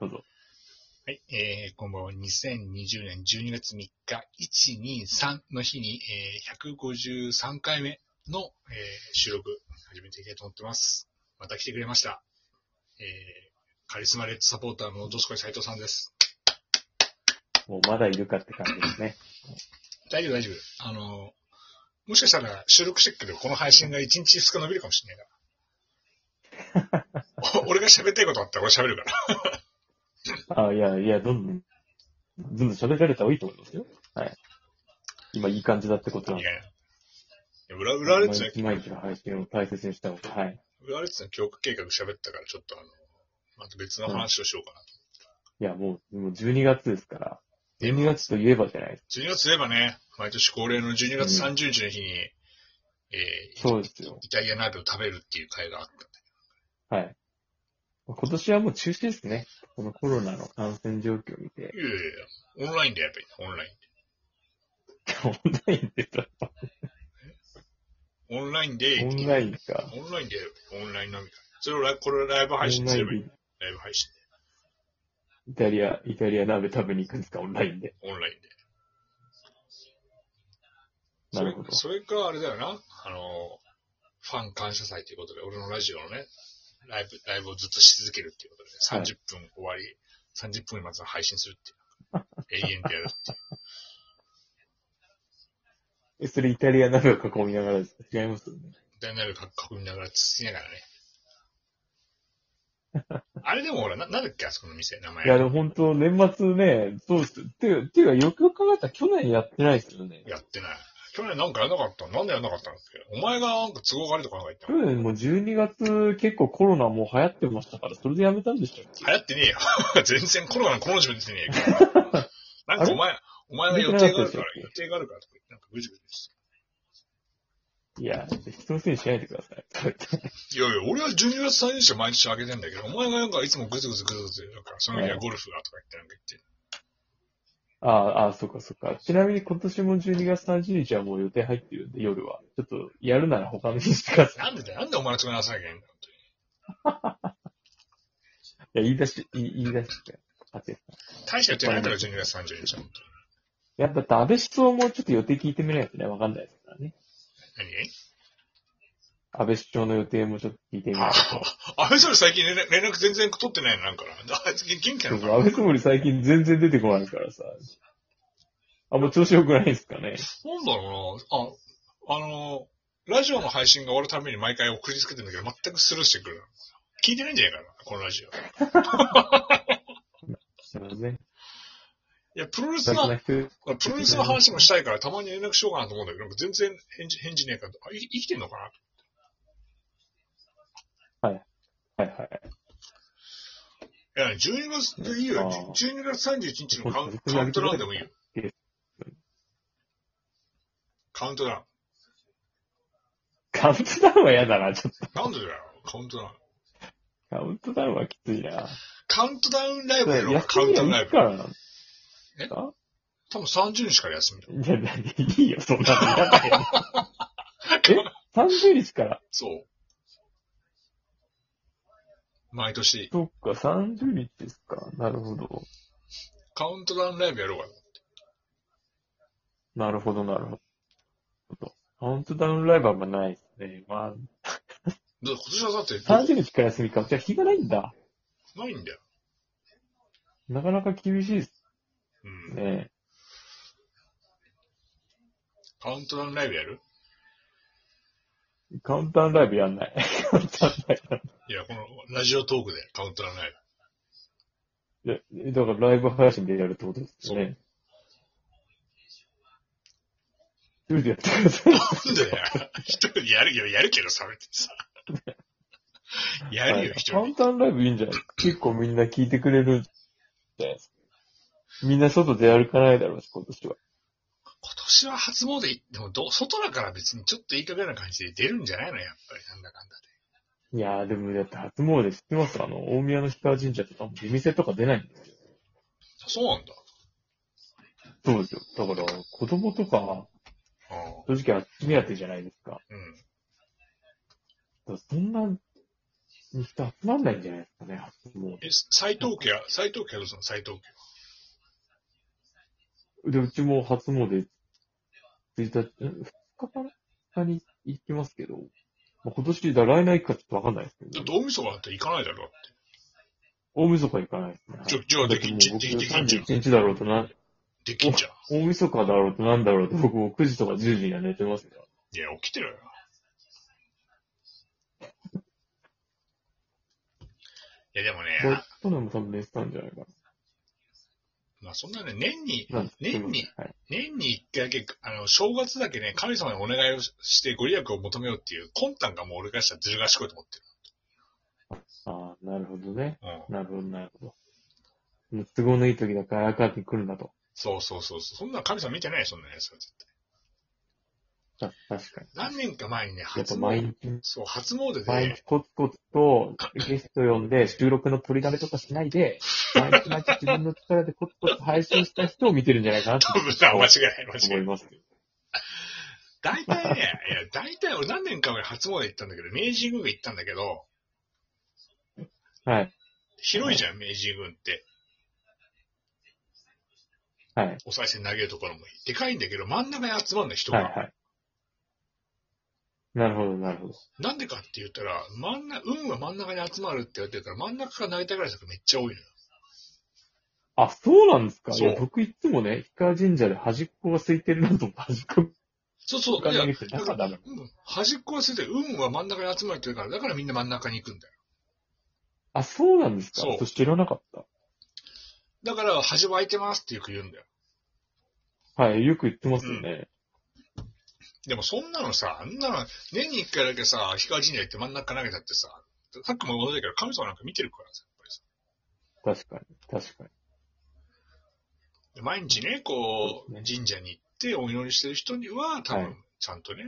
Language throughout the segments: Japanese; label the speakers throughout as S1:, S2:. S1: どうぞ。
S2: はい、えー、こんばんは。2020年12月3日、123の日に、えー、153回目の、えー収録、始めていきたいと思ってます。また来てくれました。えー、カリスマレッドサポーターのどすこい斉藤さんです。
S1: もうまだいるかって感じですね。
S2: 大丈夫、大丈夫。あの、もしかしたら収録してるけど、この配信が1日2日伸びるかもしれないから。お俺が喋りたいことあったら俺喋るから。
S1: あいや、いや、どんどん、どんどん喋られた方がいいと思いますよ。はい。今いい感じだってことなん
S2: い
S1: で。
S2: やいや。裏、裏列の、
S1: 毎日の配信を大切にした方が、はい。
S2: 裏列の教育計画喋ったから、ちょっとあの、また別の話をしようかなと。
S1: いや、もう、もう12月ですから。12月といえばじゃないですか。
S2: 12月といえばね、毎年恒例の12月30日の日に、えー
S1: そうですよ。
S2: イタリア鍋を食べるっていう会があった。
S1: はい。今年はもう中止ですね。このコロナの感染状況を見て。
S2: いやいやいや、オンラインでやっぱり、オンライ
S1: オンラインでさ、
S2: ン。オンラインで、
S1: オンラインか。
S2: オンラインでやればいいオンライン飲み会。それをライブこれをライブ配信すればいい。
S1: オンラインで
S2: ライブ配信
S1: イタリア、イタリア鍋食べに行くんですか、オンラインで。
S2: で、オンラインで。
S1: な
S2: そ
S1: る
S2: れ
S1: ほど。
S2: それか、あれだよな、あの、ファン感謝祭ということで、俺のラジオのね、ライブ、ライブをずっとし続けるっていうこと
S1: はい
S2: で、30分終わり、30分まず配信するっていう。 永遠でやるっていう。
S1: え、それイタリア鍋を囲みながらですか違いますよね。
S2: ダイナル囲みながら、つつきながらね。あれでもほら、な、なんだっけ、あそこの店、名前。
S1: いや、でも本当、年末ね、そうですよ。ていう、ていうか、よくよく考えたら去年やってないですよね。
S2: やってない。去年なんかやんなかったなんでやんなかったんだっけお前がなんか都合が悪いとかなんか言った
S1: 去
S2: の
S1: 年もう12月結構コロナもう流行ってましたから、それでやめたんでしたっけ
S2: 流行ってねえよ。全然コロナのこの字も出てねえよ。なんかお前、お前が予定があるから、予定があるからとか言って、なんかぐじぐじし
S1: いや、人のせいにしないでください。そう言って
S2: て。いやいや、俺は12月30日は毎年上げてんだけど、お前がなんかいつもぐずぐずぐずぐず、なんかその日はゴルフがとか言ってなんか言って。
S1: ああ、ああ、そっかそっか。ちなみに今年も12月30日はもう予定入ってるんで、夜は。ちょっと、やるなら他の日にしてください。
S2: なんでだよ、なんでお前の都合直さなきゃいけないんだ
S1: い
S2: よ。
S1: や、言い出し、言い言い出して。あて
S2: 大した予定ないだろ、12月30日は。
S1: やっぱ、安倍首相もちょっと予定聞いてみないとね、わかんないですからね。
S2: 何
S1: 安倍首相の予定もちょっと聞いてみない
S2: あ
S1: と。
S2: あ、安倍総理最近連絡連絡全然取ってないのなんかな。あいつ元気な
S1: そうそ
S2: の
S1: う
S2: か
S1: 安
S2: な
S1: 倍総理最近全然出てこないからさ。あ、もう調子良くないですかね。
S2: なんだろうな。あ、あの、ラジオの配信が終わるために毎回送りつけてんだけど、全くスルーしてくるの。聞いてないんじゃないかな、このラジオ。い
S1: すいません。
S2: や、プロレス
S1: 雑
S2: の、
S1: な人。
S2: プロレスの話もしたいから、たまに連絡しようかなと思うんだけど、なんか全然返事、返事ねえから、あ、い生きてんのかな
S1: はいはい。
S2: いや、12月でいいよ
S1: あー。
S2: 12月31日のカウンカウントダウンでもいいよ。カウントダ
S1: カウントダウンは嫌だな、ちょっと。
S2: ウン。なんでだよ、カウントダウン。
S1: カウントダウンはきついな。
S2: カウントダウンライブや
S1: 休
S2: ろ
S1: み
S2: うか、カウントダウンラ
S1: はい
S2: イブ
S1: つ。からなんです
S2: え
S1: か
S2: 多分30日から休みだよ。
S1: いや、なんでいいよ、そんなの嫌だよ。 え ?30 日から。
S2: そう。毎年、
S1: そっか、30日ですか。なるほど。
S2: カウントダウンライブやろうか。
S1: なるほど、なるほど。カウントダウンライブはあんまないですね。ま
S2: だ今年はだって、
S1: あ、30日から休みか。じゃあ、日がないんだ。
S2: ないんだよ。
S1: なかなか厳しいです
S2: うん。
S1: ね。
S2: カウントダウンライブやる
S1: カウントダウンライブやんない。カウントダウンライ
S2: いや、このラジオトークでカウントダウンライブ。
S1: ブいや。だからライブ配信でやるってことですよね。一人でやってください。
S2: なんでだよ。 一人でやるけど、やるけどさ、さ。やるよ、一
S1: カウ
S2: 人
S1: ントダウンライブいいんじゃない結構みんな聞いてくれるじゃないですか。みんな外で歩かないだろうし、今年は。
S2: 今年は初詣行ってもどう、外だから別にちょっといい加減な感じで出るんじゃないのやっぱり、なんだかんだ
S1: いやー、でもだって初詣知ってますあの、大宮の氷川神社とかも出店とか出ないんですよ。
S2: で。そうなんだ。
S1: そうですよ。だから、子供とか、
S2: ああ
S1: 正直あっち目当てじゃないですか。
S2: うん。
S1: だからそんな、人集まんないんじゃないですかね、も
S2: え、斎藤家は、斎藤家はどうするの斎藤家は。
S1: う。で、うちも初詣、1日、ん2日かなに行きますけど、まあ、今年だ、来年行くかちょっとわかんないですけ
S2: だっ
S1: ど、
S2: て大晦日なんて行かないだろ。
S1: 大晦日行かないですね。
S2: じゃ、じゃあ
S1: だっ
S2: で
S1: て
S2: き
S1: も
S2: ん
S1: う
S2: じ
S1: 僕
S2: ゃん。できんじゃん。
S1: 31日だろうとな、
S2: できんじゃん。
S1: 大晦日だろうとなんだろうと、僕も9時とか10時には寝てますよ。
S2: いや、起きてろよ。いや、でも
S1: これ
S2: ね、、
S1: 去年も多分寝てたんじゃないか
S2: まあそんなね、年に、
S1: な。なんです
S2: 年に
S1: はい。
S2: 年に一回だけ、あの、正月だけね、神様にお願いをしてご利益を求めようっていう魂胆がもう俺からしたらずる賢いと思って
S1: ああ、なるほどね。
S2: る。うん。
S1: なるほど、なるほど。都合のいい時だから荒川区に来るなと。
S2: そうそうそうそう。そんな神様見てないよ、そんなやつは絶対。
S1: た確かに。
S2: 何年か前にね、
S1: やっぱ
S2: 初
S1: 毎
S2: 詣、
S1: 日、
S2: そう、初詣で
S1: 毎
S2: ね
S1: 日、コツコツとゲスト呼んで収録の取りだめとかしないで、毎日毎日自分の力でコツコツ配信した人を見てるんじゃないかなと
S2: 多分な、間違いない、間違いな
S1: 思
S2: い
S1: い。ます。
S2: 大体ね、いや、大体俺何年か前初詣行ったんだけど、明治神宮行ったんだけど、
S1: はい。
S2: 広いじゃん、明治神宮って。
S1: はい。はい
S2: お賽銭投げるところも。でかいんだけど、真ん中に集まるの人が。
S1: はい。なるほど、なるほど。
S2: なんでかって言ったら、真ん中、運が真ん中に集まるって言われてるから、真ん中から投げたいぐらいの人がめっちゃ多いのよ。
S1: あ、そうなんですかい
S2: そう
S1: や、僕いつもね、氷川神社で端っこが空いてるなと思って端っこ
S2: そうそう。
S1: が
S2: いや
S1: 投げて、
S2: だ
S1: 中
S2: か
S1: ダ
S2: ら、
S1: メ。
S2: うん端っこはついてる、運は真ん中に集まるって言うから、だからみんな真ん中に行くんだよ。
S1: あ、そうなんですか
S2: そう
S1: 私知らなかっ
S2: だから、端は空いてますってよく言うんだよ。
S1: た。はい、よく言ってますよね。
S2: でもそんなのさ、あんなの、年に一回だけさ、氷川神社行って真ん中投げたってさ、さっきも言ったけど、神様なんか見てるからさ、やっぱりさ。
S1: 確かに、確かに。
S2: で毎日ね、こう、
S1: そうで
S2: 神社に行ってお祈りしてる人には、多
S1: はい
S2: 分、ちゃんとね、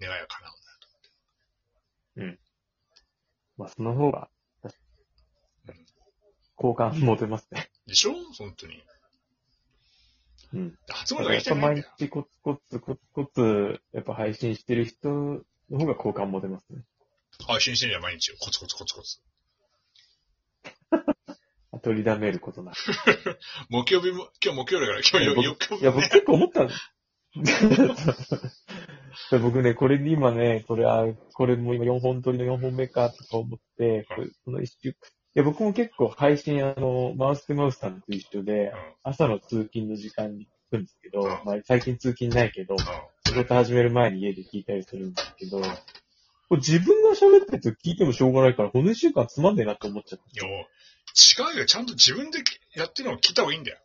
S2: 願いが叶うんだよ
S1: まあ、その方が、確かに
S2: うん
S1: 好感持てますね。
S2: でしょ本当に。
S1: うん。
S2: で初
S1: だ
S2: 詣
S1: からやっぱ
S2: が行きたくない
S1: 毎
S2: んだよ。
S1: 日コツコツコツコツ、やっぱ配信してる人の方が好感持てますね。
S2: 配信してるじゃん、毎日。コツコツコツコツ。
S1: 取りだめることなく。
S2: 木曜日も、今日木曜日だから、今日
S1: いや僕
S2: よ4
S1: い
S2: 日
S1: や、
S2: もね
S1: 僕。結構思ったんです。僕ね、これに今ね、これは、これも今4本撮りの4本目かとか思って、これその一週、いや、僕も結構配信、あの、マウスとマウスさんと一緒で、朝の通勤の時間に聞くんですけど、まあ、最近通勤ないけど、仕事始める前に家で聞いたりするんですけど、これ自分が喋ってると聞いてもしょうがないから、この一週間つまんねえなって思っちゃった。
S2: うん。いや、違うよ。ちゃんと自分でやってるのを聞いた方がいいんだよ。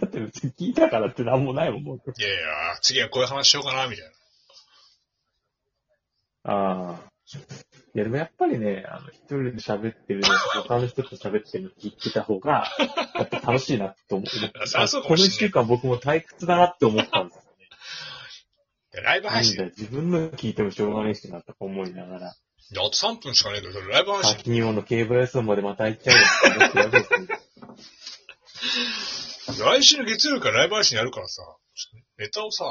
S1: だって別に聞いたからってなんもないもん、僕。
S2: いやいや、次はこういう話しようかな、みたいな。
S1: ああ。いや、でもやっぱりね、あの、一人で喋ってるのと、他の人と喋ってるの聞いてた方が、やっぱ楽しいなって思う。
S2: そりゃそうか
S1: こ
S2: も
S1: の
S2: しんな
S1: 一
S2: い
S1: 週間僕も退屈だなって思ったん です。
S2: いやライブ
S1: なん
S2: 配信。
S1: だよ、自分の聞いてもしょうがないしなとか思いながら、
S2: いやあと3分しかねえけど、それライブ配信。
S1: 滝用のケーブル屋さんまでまた行っちゃうよって思ってやべえ ですね
S2: 来週の月曜日からライブ配信やるからさ、ちょっとネタをさ、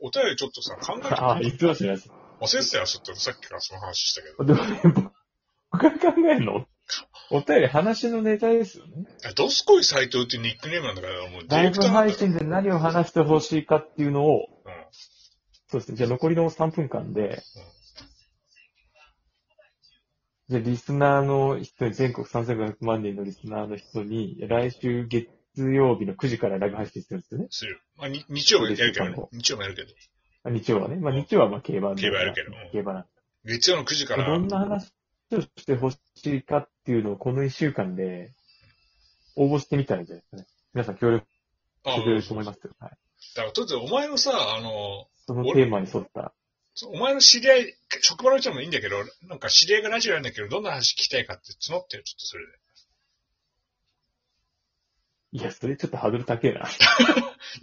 S2: お便りちょっとさ、考えて
S1: ああ、言ってましたね。
S2: 忘れてたよ、ちょっとさっきからその話したけど。
S1: でもね、僕が考えるのお便り話のネタですよね。
S2: あドスコイ斎藤っていうニックネームなんだから、もう
S1: ライブ配
S2: なん
S1: 信で何を話してほしいかっていうのを、
S2: だよ
S1: そうですね。じゃあ残りの3分間で、じゃあリスナーの人に、全国3500万人のリスナーの人に、来週月曜日の9時からライブ配信するんですよね
S2: うん。。する。まあ、に日曜日やるけどね
S1: そう。
S2: 日曜日やるけど。
S1: あ日曜はね。まあ日曜はまあ競馬なんで
S2: 競馬やるけどうん
S1: 競馬なんで
S2: 月曜の9時から、
S1: どんな話をしてほしいかっていうのをこの1週間で応募してみたらいいんじゃないですかね。皆さん協力
S2: あ
S1: してくれると思いますよ。はい。
S2: だから、とりあえずお前のさ、あの、
S1: そのテーマに沿った。
S2: そうお前の知り合い、職場の人もいいんだけど、なんか知り合いがラジオやるんだけど、どんな話聞きたいかって募ってる、ちょっとそれで。
S1: いや、それちょっとハードル高えな。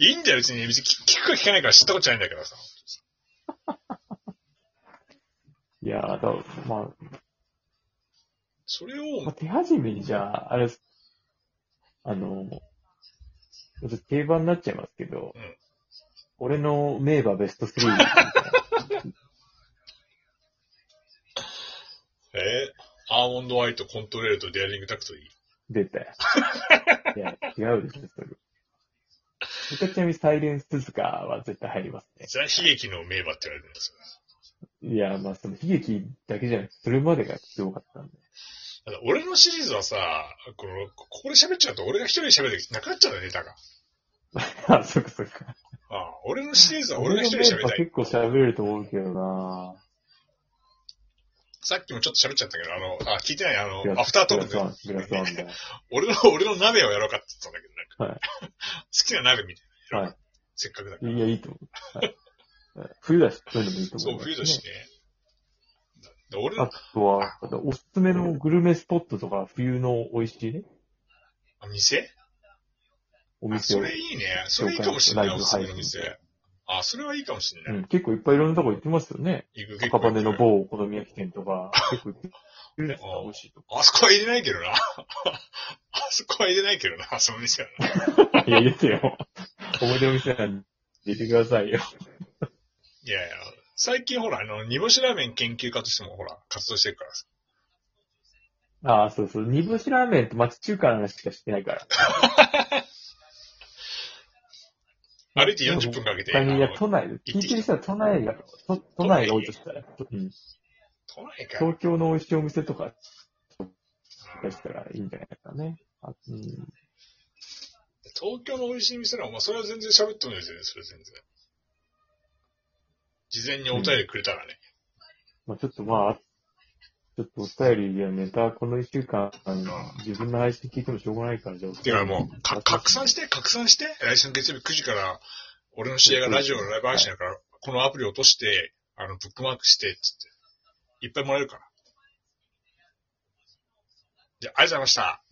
S2: いいんだよ、別に。別に聞くか聞かないから知ったことないんだけどさ。
S1: いやー、だまあ、
S2: それ
S1: まあ、
S2: を、
S1: 手始めにじゃあ、あれです、あの、ちょっと定番になっちゃいますけど、
S2: うん
S1: 俺の名馬ベスト3。
S2: えー、アーモンドアイとコントレールとデアリングタクトいい
S1: 出たよ。 いや、違うでしょ、それ。僕はちなみにサイレンスズカは絶対入りますね。
S2: それは悲劇の名馬って言われてるんですよ。
S1: いや、まあその悲劇だけじゃなくて、それまでが強かったんで。
S2: ただ俺のシリーズはさ、この、ここで喋っちゃうと俺が一人で喋るとなくなっちゃうんだよ、ネタが。
S1: あ、そっかそっか。
S2: ああ俺のシリーズは俺が一人で喋り
S1: 俺のメンバー
S2: た
S1: 結
S2: い。
S1: 構喋れると思うけどな
S2: さっきもちょっと喋っちゃったけど、あの、あ、聞いてない、あ
S1: グラ
S2: の、
S1: ス
S2: アフタートーク
S1: グラ
S2: で、
S1: スワン、グラスワンだ。
S2: 俺の、 俺の鍋をやろうかって言ってたんだけど、なんか、 好きな鍋みたいな。
S1: はい。
S2: せっかくだから。
S1: いや、いいと思う。はい冬だし、そういうのもいいと思。
S2: そうう、冬だしね。だ俺の
S1: あ、とは、あとおすすめのグルメスポットとか、冬の美味しいね、
S2: あ店
S1: お
S2: あ
S1: 店
S2: そ
S1: を。
S2: れいいね。それいいかもしれない、
S1: 紹
S2: お
S1: 介
S2: す
S1: す
S2: す
S1: る
S2: めの
S1: ラ
S2: 店。あ、それはいいかもしれ
S1: う
S2: ない。
S1: ん、結構いっぱいいろんなとこ行ってますよね。
S2: 行く結
S1: 赤
S2: 構
S1: 羽の某お好み焼き店とか、結構行ってるじゃないですか、美味しいとこ。
S2: あそこは入れないけどな。 あそこは入れないけどな、その店はな。
S1: い や、言ってよ。思い出の店なんで、出てくださいよ。
S2: いやいや、最近ほら、あの、煮干しラーメン研究家としてもほら、活動してるからさ。
S1: ああ、そうそう。煮干しラーメンと町中華の話しかしてないから。
S2: 歩いて40分かけて、あ
S1: 他にいや、
S2: の
S1: 都内で。
S2: 行
S1: 聞
S2: っ
S1: い
S2: てきた
S1: てる人は都内が、都都内が多いとしたら、うん、
S2: 都内か。
S1: 東京の美味しいお店とか出したらいいんじゃないですかね。あうん、
S2: 東京の美味しい店なら、まあ、それは全然喋ってもいいですよね、それ全然。事前にお便りくれたらね。
S1: まあちょっとまあ、ちょっとお便りやネタ、この一週間、あの自分の配信聞いてもしょうがないから、じゃあ。
S2: てかもう、か拡散して、拡散して、来週の月曜日9時から、俺の試合がラジオのライブ配信だから、このアプリ落として、あの、ブックマークして、つって。いっぱいもらえるから。じゃあ、ありがとうございました。